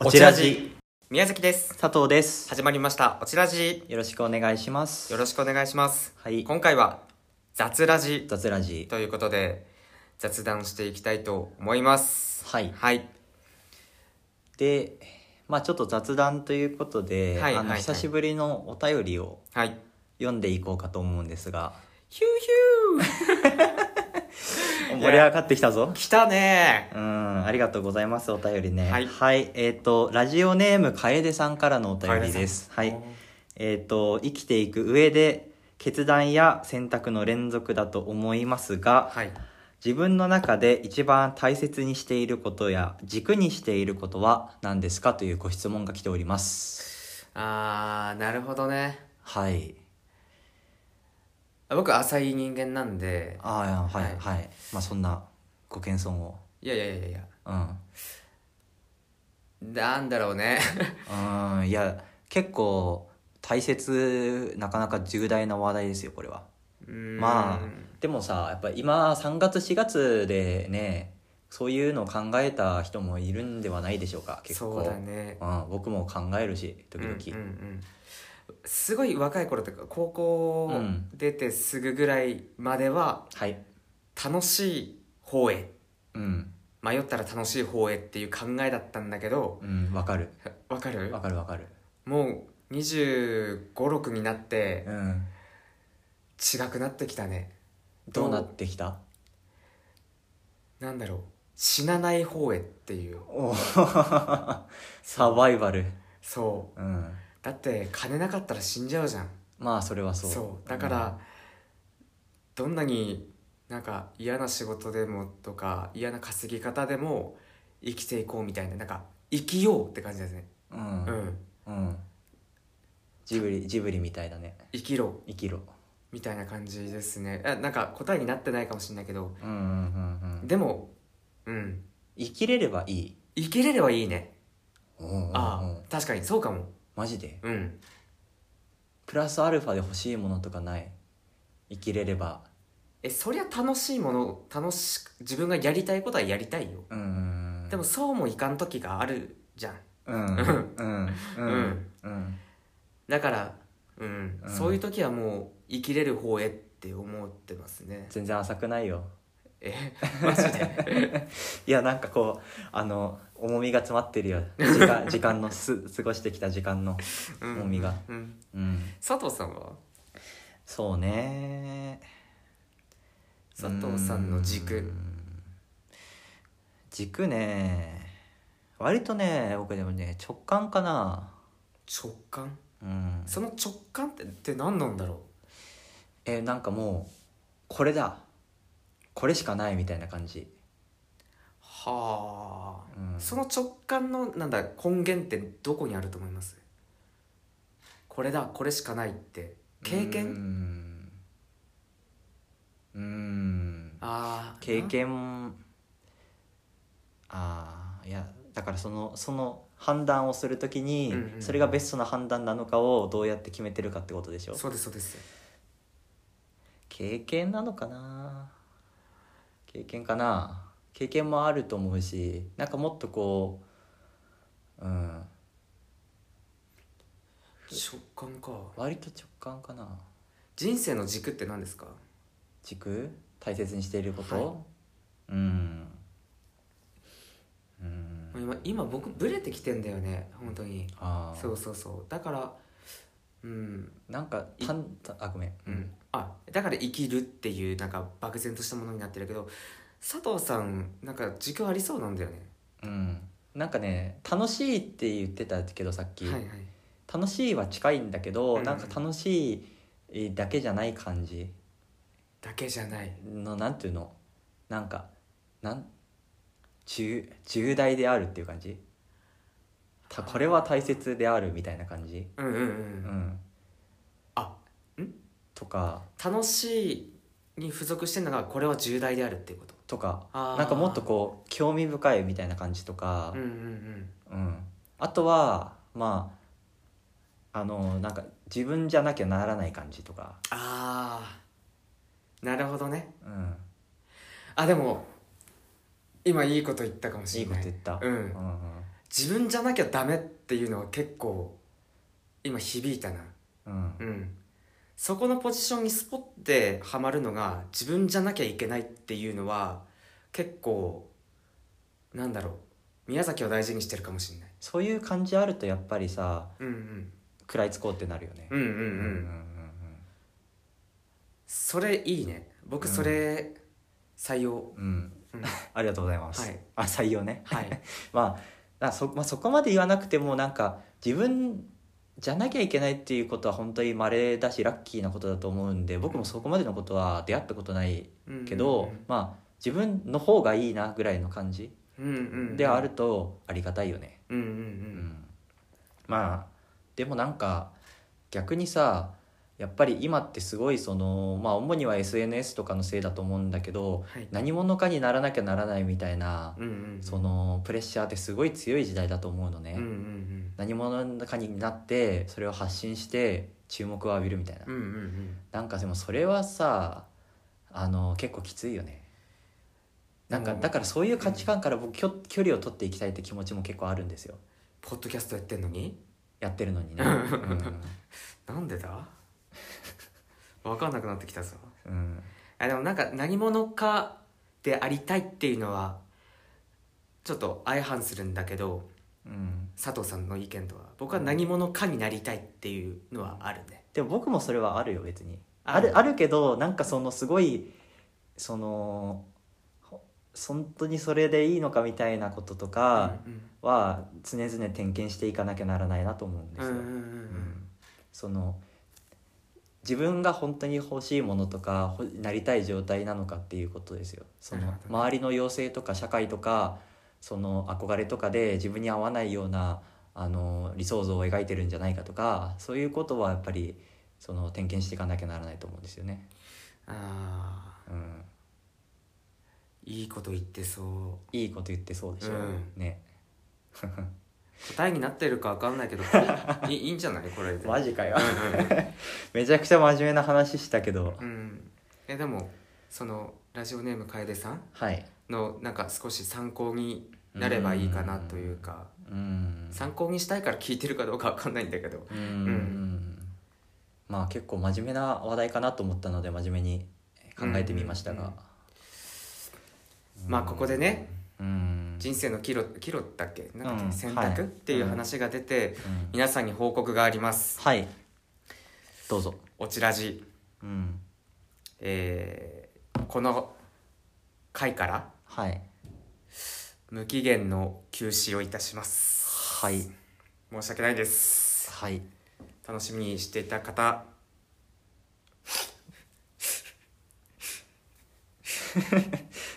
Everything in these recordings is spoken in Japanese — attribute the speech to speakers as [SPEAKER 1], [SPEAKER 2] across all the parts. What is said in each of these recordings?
[SPEAKER 1] オチラジ
[SPEAKER 2] 宮崎です
[SPEAKER 1] 佐藤です
[SPEAKER 2] 始まりましたオチラジ
[SPEAKER 1] よろしくお願いします
[SPEAKER 2] よろしくお願いします
[SPEAKER 1] はい
[SPEAKER 2] 今回は雑ラジ
[SPEAKER 1] 雑ラジ
[SPEAKER 2] ということで雑談していきたいと思います
[SPEAKER 1] はい
[SPEAKER 2] はい
[SPEAKER 1] でまあちょっと雑談ということで、
[SPEAKER 2] はい
[SPEAKER 1] あ
[SPEAKER 2] はい
[SPEAKER 1] の
[SPEAKER 2] はい
[SPEAKER 1] 久しぶりのお便りを
[SPEAKER 2] はい
[SPEAKER 1] 読んでいこうかと思うんですが
[SPEAKER 2] ヒューヒュー
[SPEAKER 1] 盛り上がってきたぞ
[SPEAKER 2] 来たね
[SPEAKER 1] うんありがとうございますお便りね
[SPEAKER 2] はい
[SPEAKER 1] えっ、とラジオネーム楓さんからのお便りですは
[SPEAKER 2] 楓さん
[SPEAKER 1] いえっ、と生きていく上で決断や選択の連続だと思いますが、
[SPEAKER 2] はい
[SPEAKER 1] 自分の中で一番大切にしていることや軸にしていることは何ですかというご質問が来ております
[SPEAKER 2] あーなるほどね
[SPEAKER 1] はい
[SPEAKER 2] 僕浅い人間なんで
[SPEAKER 1] ああはい
[SPEAKER 2] は
[SPEAKER 1] はいい、まあそんなご謙遜を
[SPEAKER 2] いやいやいやいや
[SPEAKER 1] うん
[SPEAKER 2] なんだろ うね
[SPEAKER 1] うんいや結構大切なかなか重大な話題ですよこれは
[SPEAKER 2] うーん
[SPEAKER 1] まあでもさやっぱ今3月4月でねそういうのを考えた人もいるんではないでしょうか結構
[SPEAKER 2] そうだね
[SPEAKER 1] うん、僕も考えるし時々、
[SPEAKER 2] うんうんうんすごい若い頃というか高校
[SPEAKER 1] うん
[SPEAKER 2] 出てすぐぐらいまでは
[SPEAKER 1] はい
[SPEAKER 2] 楽しい方へ
[SPEAKER 1] うん
[SPEAKER 2] 迷ったら楽しい方へっていう考えだったんだけど
[SPEAKER 1] うんわかる
[SPEAKER 2] わかる
[SPEAKER 1] わかるわかる
[SPEAKER 2] もう2 5 6になって
[SPEAKER 1] うん
[SPEAKER 2] 違くなってきたね
[SPEAKER 1] どうなってきた
[SPEAKER 2] なんだろう死なない方へっていう
[SPEAKER 1] お ーサバイバル
[SPEAKER 2] そう
[SPEAKER 1] うん
[SPEAKER 2] だって金なかったら死んじゃうじゃん
[SPEAKER 1] まあそれはそ
[SPEAKER 2] そううだから、どんなになんか嫌な仕事でもとか嫌な稼ぎ方でも生きていこうみたいななんか生きようって感じですね
[SPEAKER 1] うん
[SPEAKER 2] う
[SPEAKER 1] うん、
[SPEAKER 2] ん
[SPEAKER 1] ジブリジブリみたいだね
[SPEAKER 2] 生きろ
[SPEAKER 1] 生きろ
[SPEAKER 2] みたいな感じですねあなんか答えになってないかもしれないけど
[SPEAKER 1] うんうんうんうん
[SPEAKER 2] でもうん
[SPEAKER 1] 生きれればいい
[SPEAKER 2] 生きれればいいね
[SPEAKER 1] うんうんうん
[SPEAKER 2] ああ確かにそうかも
[SPEAKER 1] マジで
[SPEAKER 2] うん
[SPEAKER 1] プラスアルファで欲しいものとかない生きれれば
[SPEAKER 2] えそりゃ楽しいもの楽しく自分がやりたいことはやりたいよ
[SPEAKER 1] うんうんうん
[SPEAKER 2] でもそうもいかん時があるじゃん
[SPEAKER 1] うんうんうんうんうん
[SPEAKER 2] だから、うん
[SPEAKER 1] うん
[SPEAKER 2] そういう時はもう生きれる方へって思ってますね
[SPEAKER 1] 全然浅くないよ
[SPEAKER 2] えマジで
[SPEAKER 1] いやなんかこうあの重みが詰まってるよ時 間時間のす過ごしてきた時間の重みが
[SPEAKER 2] うん、う
[SPEAKER 1] う
[SPEAKER 2] ん
[SPEAKER 1] ん
[SPEAKER 2] 佐藤さんは
[SPEAKER 1] そうね
[SPEAKER 2] 佐藤さんの
[SPEAKER 1] う
[SPEAKER 2] 軸
[SPEAKER 1] ん軸ね割とね僕でもね直感かな
[SPEAKER 2] 直感
[SPEAKER 1] うん
[SPEAKER 2] その直感ってって何なんだろ
[SPEAKER 1] えなんかもうこれだこれしかないみたいな感じ
[SPEAKER 2] うはあ、
[SPEAKER 1] うん
[SPEAKER 2] その直感のなんだ根源ってどこにあると思いますこれだこれしかないって経験、
[SPEAKER 1] うんうん
[SPEAKER 2] ああ
[SPEAKER 1] 経験ああいやだからそのその判断をするときに、
[SPEAKER 2] うんうん
[SPEAKER 1] それがベストな判断なのかをどうやって決めてるかってことでしょ
[SPEAKER 2] そうですそうです
[SPEAKER 1] 経験なのかな経験かな経験もあると思うしなんかもっとこううん
[SPEAKER 2] 直感か
[SPEAKER 1] 割と直感かな
[SPEAKER 2] 人生の軸って何ですか
[SPEAKER 1] 軸大切にしていること、
[SPEAKER 2] はい
[SPEAKER 1] うんうん
[SPEAKER 2] 今今僕ブレてきてんだよね本当に
[SPEAKER 1] ああ
[SPEAKER 2] そうそうそうだからうん、
[SPEAKER 1] なんかたんたあごめん、
[SPEAKER 2] うん、あだから生きるっていうなんか漠然としたものになってるけど佐藤さんなんか軸ありそうなんだよね
[SPEAKER 1] うん、なんかね楽しいって言ってたけどさっき、
[SPEAKER 2] はいはい
[SPEAKER 1] 楽しいは近いんだけど、
[SPEAKER 2] うんうん
[SPEAKER 1] なんか楽しいだけじゃない感じ
[SPEAKER 2] だけじゃない
[SPEAKER 1] のなんていうのなんかなん重重大であるっていう感じたこれは大切であるみたいな感じ
[SPEAKER 2] うんうんうん、
[SPEAKER 1] うん
[SPEAKER 2] あん
[SPEAKER 1] とか
[SPEAKER 2] 楽しいに付属してるのがこれは重大であるっていうこと
[SPEAKER 1] とか
[SPEAKER 2] あー
[SPEAKER 1] なんかもっとこう興味深いみたいな感じとか
[SPEAKER 2] うんうんうん
[SPEAKER 1] うん、あとはまああのなんか自分じゃなきゃならない感じとか、
[SPEAKER 2] ああなるほどね
[SPEAKER 1] うん、
[SPEAKER 2] あでも今いいこと言ったかもし
[SPEAKER 1] いい
[SPEAKER 2] れ
[SPEAKER 1] こ
[SPEAKER 2] な
[SPEAKER 1] と
[SPEAKER 2] い
[SPEAKER 1] 言った、
[SPEAKER 2] う
[SPEAKER 1] うんんうん
[SPEAKER 2] 自分じゃなきゃダメっていうのは結構今響いたな
[SPEAKER 1] うん
[SPEAKER 2] うんそこのポジションにスポッてはまるのが自分じゃなきゃいけないっていうのは結構なんだろう宮崎を大事にしてるかもしれない
[SPEAKER 1] そういう感じあるとやっぱりさ
[SPEAKER 2] うんうん
[SPEAKER 1] 食らいつこうってなるよね
[SPEAKER 2] うんうんう、
[SPEAKER 1] うん
[SPEAKER 2] それいいね僕それ採
[SPEAKER 1] う
[SPEAKER 2] 用、
[SPEAKER 1] んうん
[SPEAKER 2] うん
[SPEAKER 1] ありがとうございます、
[SPEAKER 2] はい
[SPEAKER 1] あ採用ね
[SPEAKER 2] はい、
[SPEAKER 1] まあだそまあ、そこまで言わなくてもなんか自分じゃなきゃいけないっていうことは本当に稀だしラッキーなことだと思うんで僕もそこまでのことは出会ったことない
[SPEAKER 2] うんうん
[SPEAKER 1] けど、まあ自分の方がいいなぐらいの感じ
[SPEAKER 2] うんうん
[SPEAKER 1] であるとありがたいよね、
[SPEAKER 2] うんうん
[SPEAKER 1] うん、まあでもなんか逆にさやっぱり今ってすごいそのまあ主には SNS とかのせいだと思うんだけど
[SPEAKER 2] うんはい
[SPEAKER 1] 何者かにならなきゃならないみたいな
[SPEAKER 2] うんうん
[SPEAKER 1] そのプレッシャーってすごい強い時代だと思うのね、
[SPEAKER 2] うんうん
[SPEAKER 1] 何者かになってそれを発信して注目を浴びるみたいな、
[SPEAKER 2] うんうんうんうん
[SPEAKER 1] なんかでもそれはさあの結構きついよねなんか
[SPEAKER 2] うん
[SPEAKER 1] だからそういう価値観から僕きょ距離を取っていきたいって気持ちも結構あるんですよ
[SPEAKER 2] ポッドキャストやってんのに
[SPEAKER 1] やってるのにね
[SPEAKER 2] なんでだ わかんなくなってきたぞ
[SPEAKER 1] うん、うん
[SPEAKER 2] あでもなんか何者かでありたいっていうのはちょっと相反するんだけど
[SPEAKER 1] うん
[SPEAKER 2] 佐藤さんの意見とは僕は何者かになりたいっていうのはあるね
[SPEAKER 1] でも僕もそれはあるよ別に
[SPEAKER 2] あ
[SPEAKER 1] あるあるけどなんかそのすごいそのほ本当にそれでいいのかみたいなこととか
[SPEAKER 2] うん
[SPEAKER 1] は常々点検していかなきゃならないなと思うんで
[SPEAKER 2] うん
[SPEAKER 1] す
[SPEAKER 2] う
[SPEAKER 1] よ、
[SPEAKER 2] んうん
[SPEAKER 1] その自分が本当に欲しいものとかほなりたい状態なのかっていうことですよそ
[SPEAKER 2] な
[SPEAKER 1] の
[SPEAKER 2] るほどね
[SPEAKER 1] 周りの要請とか社会とかその憧れとかで自分に合わないようなあの理想像を描いてるんじゃないかとかそういうことはやっぱりその点検していかなきゃならないと思うんですよね。
[SPEAKER 2] あ
[SPEAKER 1] うん、
[SPEAKER 2] ーいいこと言ってそ
[SPEAKER 1] いいこと言ってそうでしょ、
[SPEAKER 2] うん
[SPEAKER 1] ね
[SPEAKER 2] う答えになってるかわかんないけどこれいいいいんじゃないこれで
[SPEAKER 1] マジかよ
[SPEAKER 2] うんうん
[SPEAKER 1] めちゃくちゃ真面目な話したけど、
[SPEAKER 2] うん、えでもそのラジオネーム楓さん
[SPEAKER 1] はい
[SPEAKER 2] のなんか少し参考になればいいかなというか
[SPEAKER 1] うん
[SPEAKER 2] 参考にしたいから聞いてるかどうかわかんないんだけど
[SPEAKER 1] うん
[SPEAKER 2] ん
[SPEAKER 1] まあ結構真面目な話題かなと思ったので真面目に考えてみましたが
[SPEAKER 2] まあここでね
[SPEAKER 1] うん
[SPEAKER 2] 人生の岐路岐路だっけなんだっ
[SPEAKER 1] うん
[SPEAKER 2] け選
[SPEAKER 1] はい
[SPEAKER 2] 択っていう話が出て
[SPEAKER 1] うん
[SPEAKER 2] 皆さんに報告があります
[SPEAKER 1] はいどうぞ
[SPEAKER 2] 「オチラジ
[SPEAKER 1] うん」
[SPEAKER 2] えーこの回から
[SPEAKER 1] はい
[SPEAKER 2] 無期限の休止をいたします
[SPEAKER 1] はい
[SPEAKER 2] 申し訳ないです
[SPEAKER 1] はい
[SPEAKER 2] 楽しみにしていた方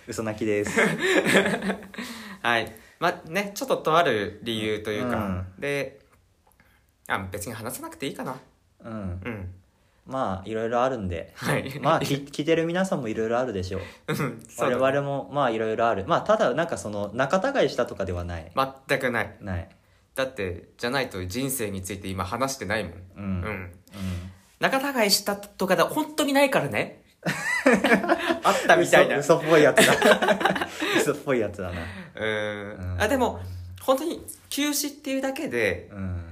[SPEAKER 1] 嘘泣きです
[SPEAKER 2] はいまあねちょっととある理由というか、
[SPEAKER 1] う
[SPEAKER 2] であ別に話さなくていいかな
[SPEAKER 1] うん
[SPEAKER 2] うん
[SPEAKER 1] まあいろいろあるんで
[SPEAKER 2] はい
[SPEAKER 1] まあ聞聞いてる皆さんもいろいろあるでしょう
[SPEAKER 2] うんそ
[SPEAKER 1] 我
[SPEAKER 2] う
[SPEAKER 1] 々
[SPEAKER 2] だ
[SPEAKER 1] もまあいろいろあるまあただなんかその仲違いしたとかではない
[SPEAKER 2] 全くない
[SPEAKER 1] ない
[SPEAKER 2] だってじゃないと人生について今話してないもん
[SPEAKER 1] う
[SPEAKER 2] うんん、
[SPEAKER 1] うん
[SPEAKER 2] 仲違いしたとかだ本当にないからね あったみたいなう
[SPEAKER 1] 嘘嘘っぽいやつだ嘘っぽいやつだな
[SPEAKER 2] ー
[SPEAKER 1] うん
[SPEAKER 2] んあでも本当に休止っていうだけで
[SPEAKER 1] うん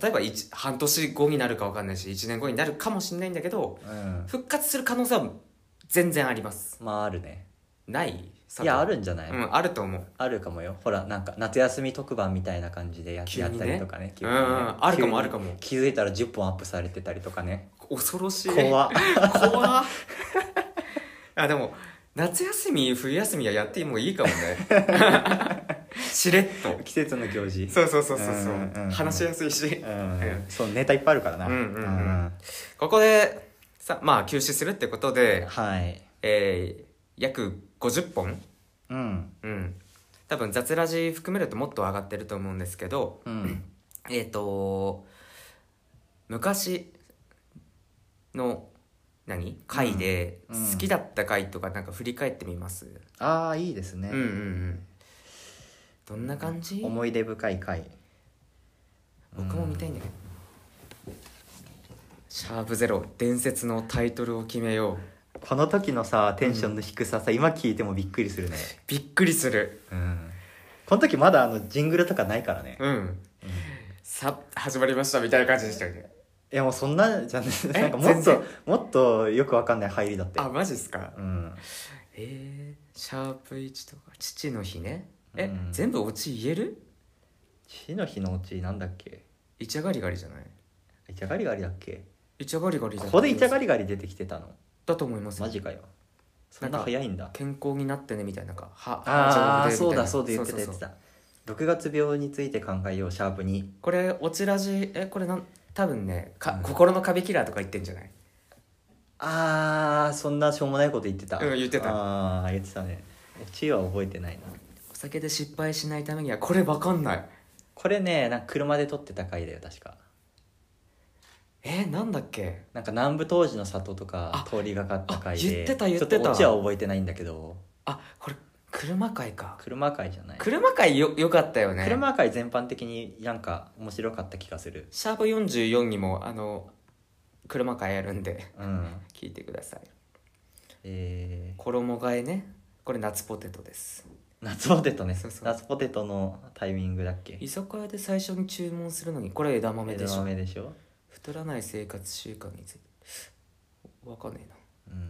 [SPEAKER 2] 例えば一半年後になるか分かんないし1年後になるかもしれないんだけど
[SPEAKER 1] うん
[SPEAKER 2] 復活する可能性は全然あります
[SPEAKER 1] まああるね
[SPEAKER 2] ない佐藤
[SPEAKER 1] いやあるんじゃない、
[SPEAKER 2] うんあると思う
[SPEAKER 1] あるかもよほらなんか夏休み特番みたいな感じでや,、
[SPEAKER 2] 急
[SPEAKER 1] やっ
[SPEAKER 2] に
[SPEAKER 1] た
[SPEAKER 2] ね
[SPEAKER 1] りとかね急
[SPEAKER 2] うん
[SPEAKER 1] に
[SPEAKER 2] う
[SPEAKER 1] ね
[SPEAKER 2] んあるか
[SPEAKER 1] 急に
[SPEAKER 2] もあるかも
[SPEAKER 1] 気づいたら10本アップされてたりとかね
[SPEAKER 2] 恐ろしい
[SPEAKER 1] 怖 っ
[SPEAKER 2] 怖っあでも夏休み冬休みはやってもいいかもね しれっと
[SPEAKER 1] 季節の行事
[SPEAKER 2] そうそうそうそうそう
[SPEAKER 1] うんうんうん
[SPEAKER 2] 話しやすいし
[SPEAKER 1] うんそうネタいっぱいあるからな
[SPEAKER 2] うんうんうんここでさまあ休止するってこと
[SPEAKER 1] うん
[SPEAKER 2] で、
[SPEAKER 1] はい
[SPEAKER 2] えー約50本
[SPEAKER 1] うん
[SPEAKER 2] うん多分雑ラジ含めるともっと上がってると思うんですけど、
[SPEAKER 1] うん
[SPEAKER 2] えっ、と昔の何回で
[SPEAKER 1] うん
[SPEAKER 2] 好きだった回とかなんか振り返ってみます、
[SPEAKER 1] ああいいですね、
[SPEAKER 2] うん、うんうんどんな感じ
[SPEAKER 1] 思い出深い回
[SPEAKER 2] 僕も見たいんだけど「シャープゼロ伝説のタイトルを決めよう
[SPEAKER 1] この 時のさテンションの低ささ、今聞いてもびっくりするね」
[SPEAKER 2] びっくりする
[SPEAKER 1] うんこの時まだあのジングルとかないからね、
[SPEAKER 2] うんさ始まりましたみたいな感じでしたよね
[SPEAKER 1] いやもうそんなじゃん
[SPEAKER 2] え
[SPEAKER 1] なんかも
[SPEAKER 2] 全
[SPEAKER 1] っ
[SPEAKER 2] 然
[SPEAKER 1] ともっとよくわかんない入りだって
[SPEAKER 2] あマジっすか
[SPEAKER 1] うん
[SPEAKER 2] えー、シャープ1とか父の日ねえ、
[SPEAKER 1] うん
[SPEAKER 2] 全部お家言える
[SPEAKER 1] 父の日のうちなんだっけ
[SPEAKER 2] イチャガリガリじゃない
[SPEAKER 1] イチャガリガリだっけ
[SPEAKER 2] イチャガリガリだ
[SPEAKER 1] ここでイチャガ
[SPEAKER 2] リ
[SPEAKER 1] リガリ出てきてたの
[SPEAKER 2] だと思います
[SPEAKER 1] マジかよそんな早いんだ
[SPEAKER 2] 健康になってねみたいななんか歯
[SPEAKER 1] ああ
[SPEAKER 2] 歯丈夫
[SPEAKER 1] そう
[SPEAKER 2] で
[SPEAKER 1] だそうだ言
[SPEAKER 2] みたいな
[SPEAKER 1] ってた言
[SPEAKER 2] そう
[SPEAKER 1] っ
[SPEAKER 2] そう
[SPEAKER 1] て
[SPEAKER 2] そう
[SPEAKER 1] た6月病について考えようシャープに
[SPEAKER 2] これオチラジえこれなん多分ねか、
[SPEAKER 1] うん
[SPEAKER 2] 心の壁キラーとか言ってんじゃない
[SPEAKER 1] あーそんなしょうもないこと言ってた
[SPEAKER 2] うん言ってた
[SPEAKER 1] ああ言ってたね地は覚えてないな
[SPEAKER 2] お酒で失敗しないためにはこれわかんない
[SPEAKER 1] これねなんか車で撮ってた回だよ確か
[SPEAKER 2] えなんだっけ
[SPEAKER 1] なんか南部当時の里とか
[SPEAKER 2] あ
[SPEAKER 1] 通りがかった回で
[SPEAKER 2] あ言ってた言ってた
[SPEAKER 1] ちょっとオチは覚えてないんだけど
[SPEAKER 2] あこれ車会か
[SPEAKER 1] 車回じゃない
[SPEAKER 2] 車会よよかったよね
[SPEAKER 1] 車回全般的になんか面白かった気がする
[SPEAKER 2] シャープ44にもあの車会やるんで
[SPEAKER 1] うん
[SPEAKER 2] 聞いてください
[SPEAKER 1] えー
[SPEAKER 2] 衣替えねこれ夏ポテトです
[SPEAKER 1] 夏ポテトね
[SPEAKER 2] そうそう
[SPEAKER 1] 夏ポテトのタイミングだっけ
[SPEAKER 2] 居酒屋で最初に注文するのにこれ枝豆で
[SPEAKER 1] 枝
[SPEAKER 2] しょ
[SPEAKER 1] 豆でしょ
[SPEAKER 2] 太らない生活習慣についてわかんねえ
[SPEAKER 1] う
[SPEAKER 2] な
[SPEAKER 1] ん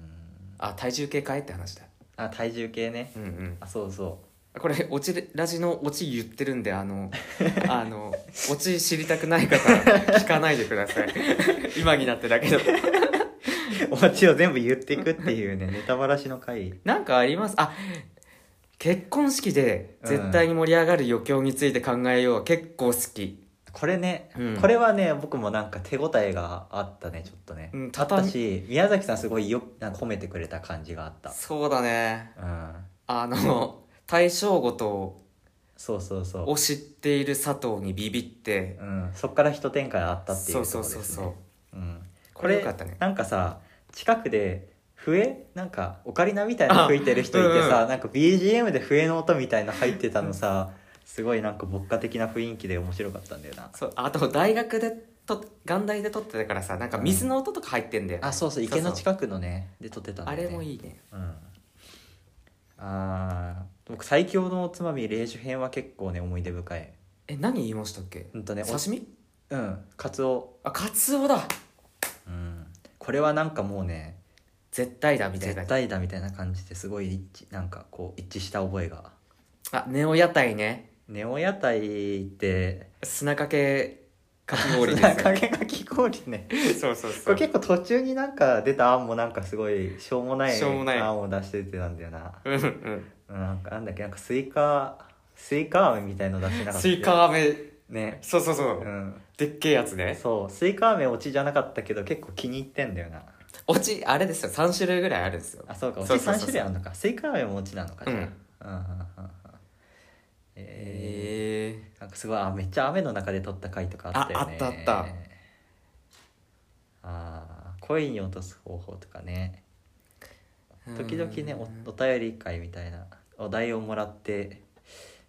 [SPEAKER 2] あ体重計変えって話だ
[SPEAKER 1] あ体重計ね
[SPEAKER 2] うんうん
[SPEAKER 1] あそうそ
[SPEAKER 2] これオチラジのオチ言ってるんで あのあのオチ知りたくない方は聞かないでくだ さい今になってだけど
[SPEAKER 1] うオチを全部言っていくっていうねネタばらしの回
[SPEAKER 2] なんかありますあ結婚式で絶対に盛り上がる余興について考えよう、結構好き、
[SPEAKER 1] これね、
[SPEAKER 2] うん
[SPEAKER 1] これはね僕もなんか手応えがあったねちょっとね、
[SPEAKER 2] うん
[SPEAKER 1] あっ
[SPEAKER 2] 畳
[SPEAKER 1] たし宮崎さんすごいよなんか褒めてくれた感じがあった
[SPEAKER 2] そうだね
[SPEAKER 1] うん
[SPEAKER 2] あの対象ごと
[SPEAKER 1] そうそうそ
[SPEAKER 2] を知っている佐藤にビビって
[SPEAKER 1] う、うん、そっから一展開あったっていう
[SPEAKER 2] そうそうそう
[SPEAKER 1] と
[SPEAKER 2] そう、
[SPEAKER 1] ころですねうん、
[SPEAKER 2] これよかったね
[SPEAKER 1] なんかさ近くで笛なんかオカリナみたいなの吹いてる人いて
[SPEAKER 2] あ
[SPEAKER 1] さ、
[SPEAKER 2] うんうん
[SPEAKER 1] なんか BGM で笛の音みたいなの入ってたのさすごいなんか牧歌的な雰囲気で面白かったんだよな
[SPEAKER 2] そうあと大学でと眼大で撮ってたからさなんか水の音とか入ってんだよね、
[SPEAKER 1] あそうそう池の近くのねで撮ってたんだ
[SPEAKER 2] あ
[SPEAKER 1] よね
[SPEAKER 2] れもいいね
[SPEAKER 1] うん、あー僕最強のおつまみ冷酒編は結構ね思い出深い
[SPEAKER 2] え何言いましたっけ
[SPEAKER 1] うんとねお
[SPEAKER 2] 刺身
[SPEAKER 1] うんカツオ、
[SPEAKER 2] あカツオだ
[SPEAKER 1] うん、これはなんかもうね
[SPEAKER 2] 絶対だみたいな
[SPEAKER 1] 絶対だみたいな感じですごい一致なんかこう一致した覚えが
[SPEAKER 2] あネオ屋台ね
[SPEAKER 1] ネオ屋台って
[SPEAKER 2] 砂かけかき氷ですよ
[SPEAKER 1] 影かき氷ね
[SPEAKER 2] そうそう
[SPEAKER 1] こ
[SPEAKER 2] そ
[SPEAKER 1] れ
[SPEAKER 2] う
[SPEAKER 1] 結構途中になんか出た案もなんかすごいしょうもない
[SPEAKER 2] しょうもない
[SPEAKER 1] 案を出しててなんだよな
[SPEAKER 2] うんうん
[SPEAKER 1] うんなんかなんだっけなんかスイカスイカ飴みたいの出してなかったっ
[SPEAKER 2] ス
[SPEAKER 1] け
[SPEAKER 2] イカ飴
[SPEAKER 1] ね
[SPEAKER 2] そうそうそう、
[SPEAKER 1] うん
[SPEAKER 2] でっけえやつね
[SPEAKER 1] そうスイカ飴オチじゃなかったけど結構気に入ってんだよな
[SPEAKER 2] オチあれですよ3種類ぐらいあるんですよ
[SPEAKER 1] あそうかオチ
[SPEAKER 2] そうそう
[SPEAKER 1] 3
[SPEAKER 2] そう
[SPEAKER 1] 種類あるのかスイカ飴もオチなのかじゃあ
[SPEAKER 2] うん
[SPEAKER 1] うんうんうんうんえ
[SPEAKER 2] へえ
[SPEAKER 1] ー、なんかすごいあめっちゃ雨の中で撮った回とかあったよね
[SPEAKER 2] ああったあった
[SPEAKER 1] あー恋に落とす方法とかね時々ねおお便り会みたいなお題をもらって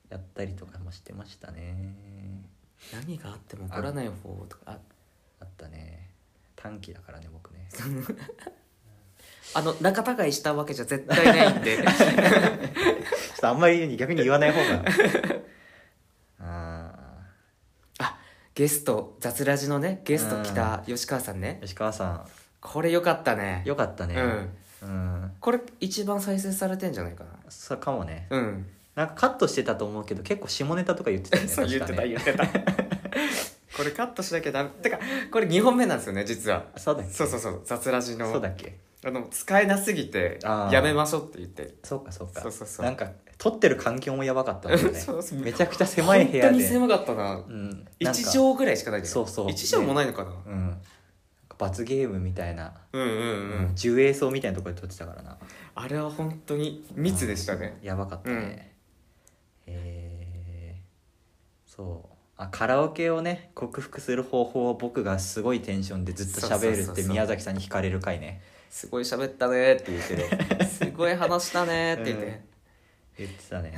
[SPEAKER 1] やったりとかもしてましたね
[SPEAKER 2] 何があっても怒らない方とかあ
[SPEAKER 1] あったね短期だからね僕ね
[SPEAKER 2] あの仲違いしたわけじゃ絶対ないん で
[SPEAKER 1] ちょっとあんまり逆に言わない方が あ
[SPEAKER 2] ゲスト雑ラジのねゲスト来た吉川さんね
[SPEAKER 1] ー吉川さ
[SPEAKER 2] これよかったね
[SPEAKER 1] んよかったね
[SPEAKER 2] うん
[SPEAKER 1] うん
[SPEAKER 2] これ一番再生されてんじゃないか
[SPEAKER 1] そうかもね
[SPEAKER 2] なうん
[SPEAKER 1] なんかカットしてたと思うけど結構下ネタとか言ってた よね
[SPEAKER 2] そう言って
[SPEAKER 1] 確
[SPEAKER 2] た
[SPEAKER 1] かね
[SPEAKER 2] 言ってた これカットしなきゃダメてかこれ2本目なんですよね実は
[SPEAKER 1] そうだっけ
[SPEAKER 2] そうそうそう雑ラジの
[SPEAKER 1] そうだっけ
[SPEAKER 2] あの使えなすぎて
[SPEAKER 1] あー
[SPEAKER 2] やめましょうって言って
[SPEAKER 1] そうかそうか
[SPEAKER 2] そうそうそう
[SPEAKER 1] なんか撮ってる環境もやばかったんだよね
[SPEAKER 2] そうそう
[SPEAKER 1] めちゃくちゃ狭い部屋
[SPEAKER 2] 本当に
[SPEAKER 1] で
[SPEAKER 2] 狭かったな
[SPEAKER 1] うんなんか
[SPEAKER 2] 1畳ぐらいしかないじゃん
[SPEAKER 1] そうそう
[SPEAKER 2] 1畳もないのかな、
[SPEAKER 1] うんなんか罰ゲームみたいな、
[SPEAKER 2] うんうんうん、
[SPEAKER 1] うん、重映奏みたいなところで撮ってたからな
[SPEAKER 2] あれは本当に密でしたね
[SPEAKER 1] やばかったね、えーそうあカラオケをね克服する方法を僕がすごいテンションでずっと喋
[SPEAKER 2] そう
[SPEAKER 1] る
[SPEAKER 2] そう
[SPEAKER 1] っ
[SPEAKER 2] そう
[SPEAKER 1] て
[SPEAKER 2] そう
[SPEAKER 1] 宮崎さんに惹かれる回ね
[SPEAKER 2] すごい喋ったねって言っ てねすごい話したねって言って、
[SPEAKER 1] うん言ってた ね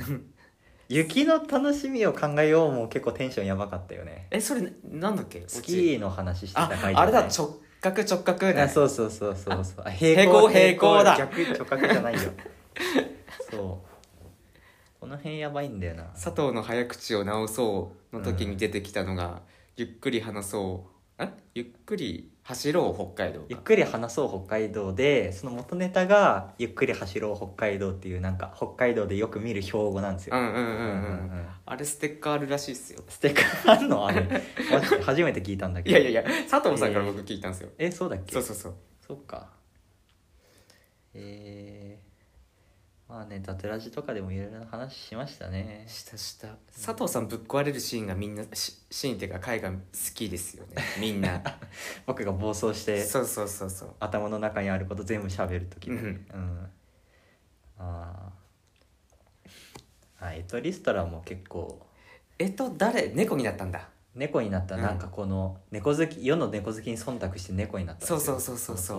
[SPEAKER 1] 雪の楽しみを考えようも結構テンションやばかったよね
[SPEAKER 2] えそれなんだっけ
[SPEAKER 1] スキ
[SPEAKER 2] ー
[SPEAKER 1] ーの話してた
[SPEAKER 2] あ
[SPEAKER 1] 回ね
[SPEAKER 2] あれだ直角直角
[SPEAKER 1] あ
[SPEAKER 2] ね
[SPEAKER 1] そうそうそうそうそうあ
[SPEAKER 2] 平行平行だ
[SPEAKER 1] 逆直角じゃないよそうこの辺やばいんだよな
[SPEAKER 2] 佐藤の早口を直そうの時に出てきたのが、ゆっくり話そうあゆっくり走ろう北海道か
[SPEAKER 1] ゆっくり話そう北海道でその元ネタが「ゆっくり走ろう北海道」っていうなんか北海道でよく見る標語なんです
[SPEAKER 2] う
[SPEAKER 1] よ、
[SPEAKER 2] んうんうんうん、
[SPEAKER 1] うんうん
[SPEAKER 2] あれステッカーあるらしいっすよ
[SPEAKER 1] ステッカーあんのあれ マジで初めて聞いたんだけ
[SPEAKER 2] い
[SPEAKER 1] ど
[SPEAKER 2] やいやいや佐藤さんから僕聞いたんですよ、
[SPEAKER 1] えそうだっけ
[SPEAKER 2] そうそうそう
[SPEAKER 1] そっかえー、まあね「縦ラジ」とかでもいろいろな話しましたね
[SPEAKER 2] したした佐藤さんぶっ壊れるシーンがみんなしシーンっていうか海外好きですよねみ んな
[SPEAKER 1] 僕が暴走して
[SPEAKER 2] そうそうそうそう
[SPEAKER 1] 頭の中にあること全部喋るとき
[SPEAKER 2] う
[SPEAKER 1] うんんあーはいエトリストラも結構
[SPEAKER 2] えっと誰猫になったんだ
[SPEAKER 1] 猫になったらなんかこの猫好き世の猫好きに忖度して猫になったんですよ
[SPEAKER 2] そうそうそうそうそ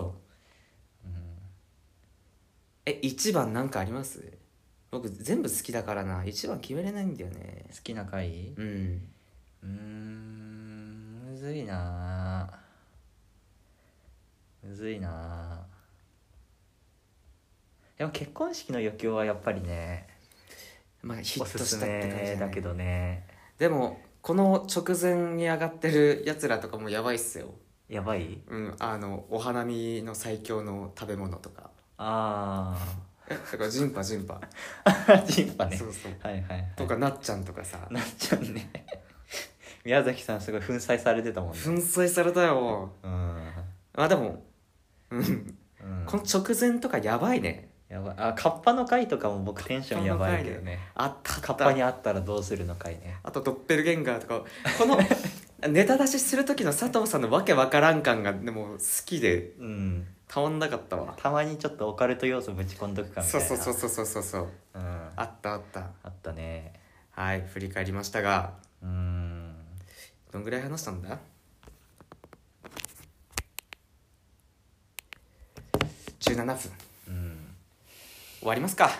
[SPEAKER 1] う
[SPEAKER 2] う
[SPEAKER 1] ん
[SPEAKER 2] え一番なんかあります僕全部好きだからな一番決めれないんだよね
[SPEAKER 1] 好きな回
[SPEAKER 2] うん
[SPEAKER 1] うーんむずいなあむずいなあでも結婚式の余興はやっぱりね
[SPEAKER 2] まあヒ
[SPEAKER 1] お
[SPEAKER 2] ッ
[SPEAKER 1] す
[SPEAKER 2] ト
[SPEAKER 1] す
[SPEAKER 2] したって感じ
[SPEAKER 1] め
[SPEAKER 2] じゃない
[SPEAKER 1] だけどね
[SPEAKER 2] でもこの直前に上がってるやつらとかもやばいっすよ
[SPEAKER 1] やばい
[SPEAKER 2] うんあのお花見の最強の食べ物とか
[SPEAKER 1] あ
[SPEAKER 2] えだからジンパ ジンパ
[SPEAKER 1] あ ジンパね
[SPEAKER 2] そうそう
[SPEAKER 1] はいはい、はい、
[SPEAKER 2] とかなっちゃんとかさ
[SPEAKER 1] なっちゃうね宮崎さんすごい粉砕されてたもんね
[SPEAKER 2] 粉砕されたよ
[SPEAKER 1] うん、
[SPEAKER 2] まあでもうん
[SPEAKER 1] うん、
[SPEAKER 2] この直前とかやばいね
[SPEAKER 1] やばいあカッパの回とかも僕テンションやばいけどね
[SPEAKER 2] あった
[SPEAKER 1] カッ
[SPEAKER 2] あっ
[SPEAKER 1] パ
[SPEAKER 2] た
[SPEAKER 1] にあったらどうするの回ね
[SPEAKER 2] あとドッペルゲンガーとかこの ネタ出しする時の佐藤さんのわけわからん感がでも好きで
[SPEAKER 1] うん
[SPEAKER 2] たまんなかったわ
[SPEAKER 1] たまにちょっとオカルト要素ぶち込んどくかみた
[SPEAKER 2] そ
[SPEAKER 1] いうな
[SPEAKER 2] そうそうそうそうそう
[SPEAKER 1] うん、あ
[SPEAKER 2] あったあった
[SPEAKER 1] ったね
[SPEAKER 2] はい振り返りましたが
[SPEAKER 1] うーん
[SPEAKER 2] どんぐらい話したんだ17分終
[SPEAKER 1] うん
[SPEAKER 2] わりますか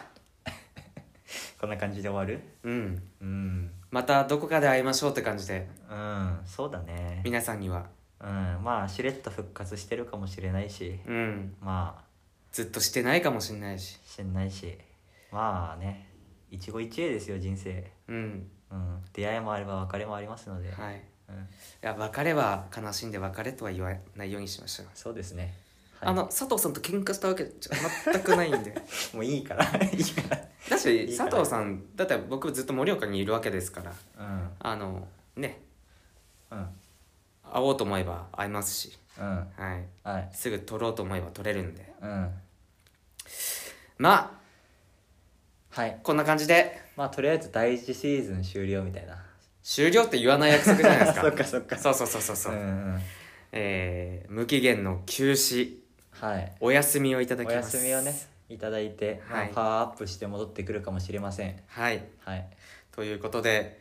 [SPEAKER 1] こんな感じで終わる
[SPEAKER 2] うん
[SPEAKER 1] うん
[SPEAKER 2] またどこかで会いましょうって感じで
[SPEAKER 1] うんそうだね
[SPEAKER 2] 皆さんには
[SPEAKER 1] うんまあしれっと復活してるかもしれないし
[SPEAKER 2] うん
[SPEAKER 1] まあ
[SPEAKER 2] ずっとしてないかもしんないし
[SPEAKER 1] しんないしまあね一期一会ですよ人生
[SPEAKER 2] うん
[SPEAKER 1] うん出会いもあれば別れもありますので、
[SPEAKER 2] はいい
[SPEAKER 1] うん、
[SPEAKER 2] や別れは悲しんで別れとは言わないようにしましょう、
[SPEAKER 1] そうですね、はい、
[SPEAKER 2] あの佐藤さんと喧嘩したわけじゃ全くないんで
[SPEAKER 1] もういいから いいか
[SPEAKER 2] だし
[SPEAKER 1] いから
[SPEAKER 2] 佐藤さんだって僕ずっと盛岡にいるわけですから
[SPEAKER 1] ら
[SPEAKER 2] あのね
[SPEAKER 1] うんうん
[SPEAKER 2] 会おうと思えば会えますし
[SPEAKER 1] うん
[SPEAKER 2] はい
[SPEAKER 1] はい
[SPEAKER 2] すぐ取ろうと思えば取れるんで
[SPEAKER 1] うん
[SPEAKER 2] ま
[SPEAKER 1] はい
[SPEAKER 2] あこんな感じで
[SPEAKER 1] まあとりあえず第一シーズン終了みたいな
[SPEAKER 2] 終了って言わない約束じゃないですか
[SPEAKER 1] そっかそっか
[SPEAKER 2] そうそうそうそうそう、
[SPEAKER 1] うんうん
[SPEAKER 2] えー無期限の休止
[SPEAKER 1] はい
[SPEAKER 2] お休みをいただ
[SPEAKER 1] お
[SPEAKER 2] きます
[SPEAKER 1] 休みをねいただいて、まあ
[SPEAKER 2] はい
[SPEAKER 1] パワーアップして戻ってくるかもしれません
[SPEAKER 2] はい
[SPEAKER 1] はい
[SPEAKER 2] ということで、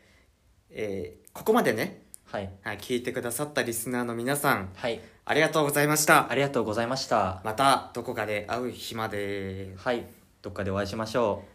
[SPEAKER 2] えーここまでね、
[SPEAKER 1] はい
[SPEAKER 2] はい、聞いてくださったリスナーの皆さん
[SPEAKER 1] はい
[SPEAKER 2] ありがとうございました
[SPEAKER 1] ありがとうございました
[SPEAKER 2] またどこかで会う日まで
[SPEAKER 1] はいどっかでお会いしましょう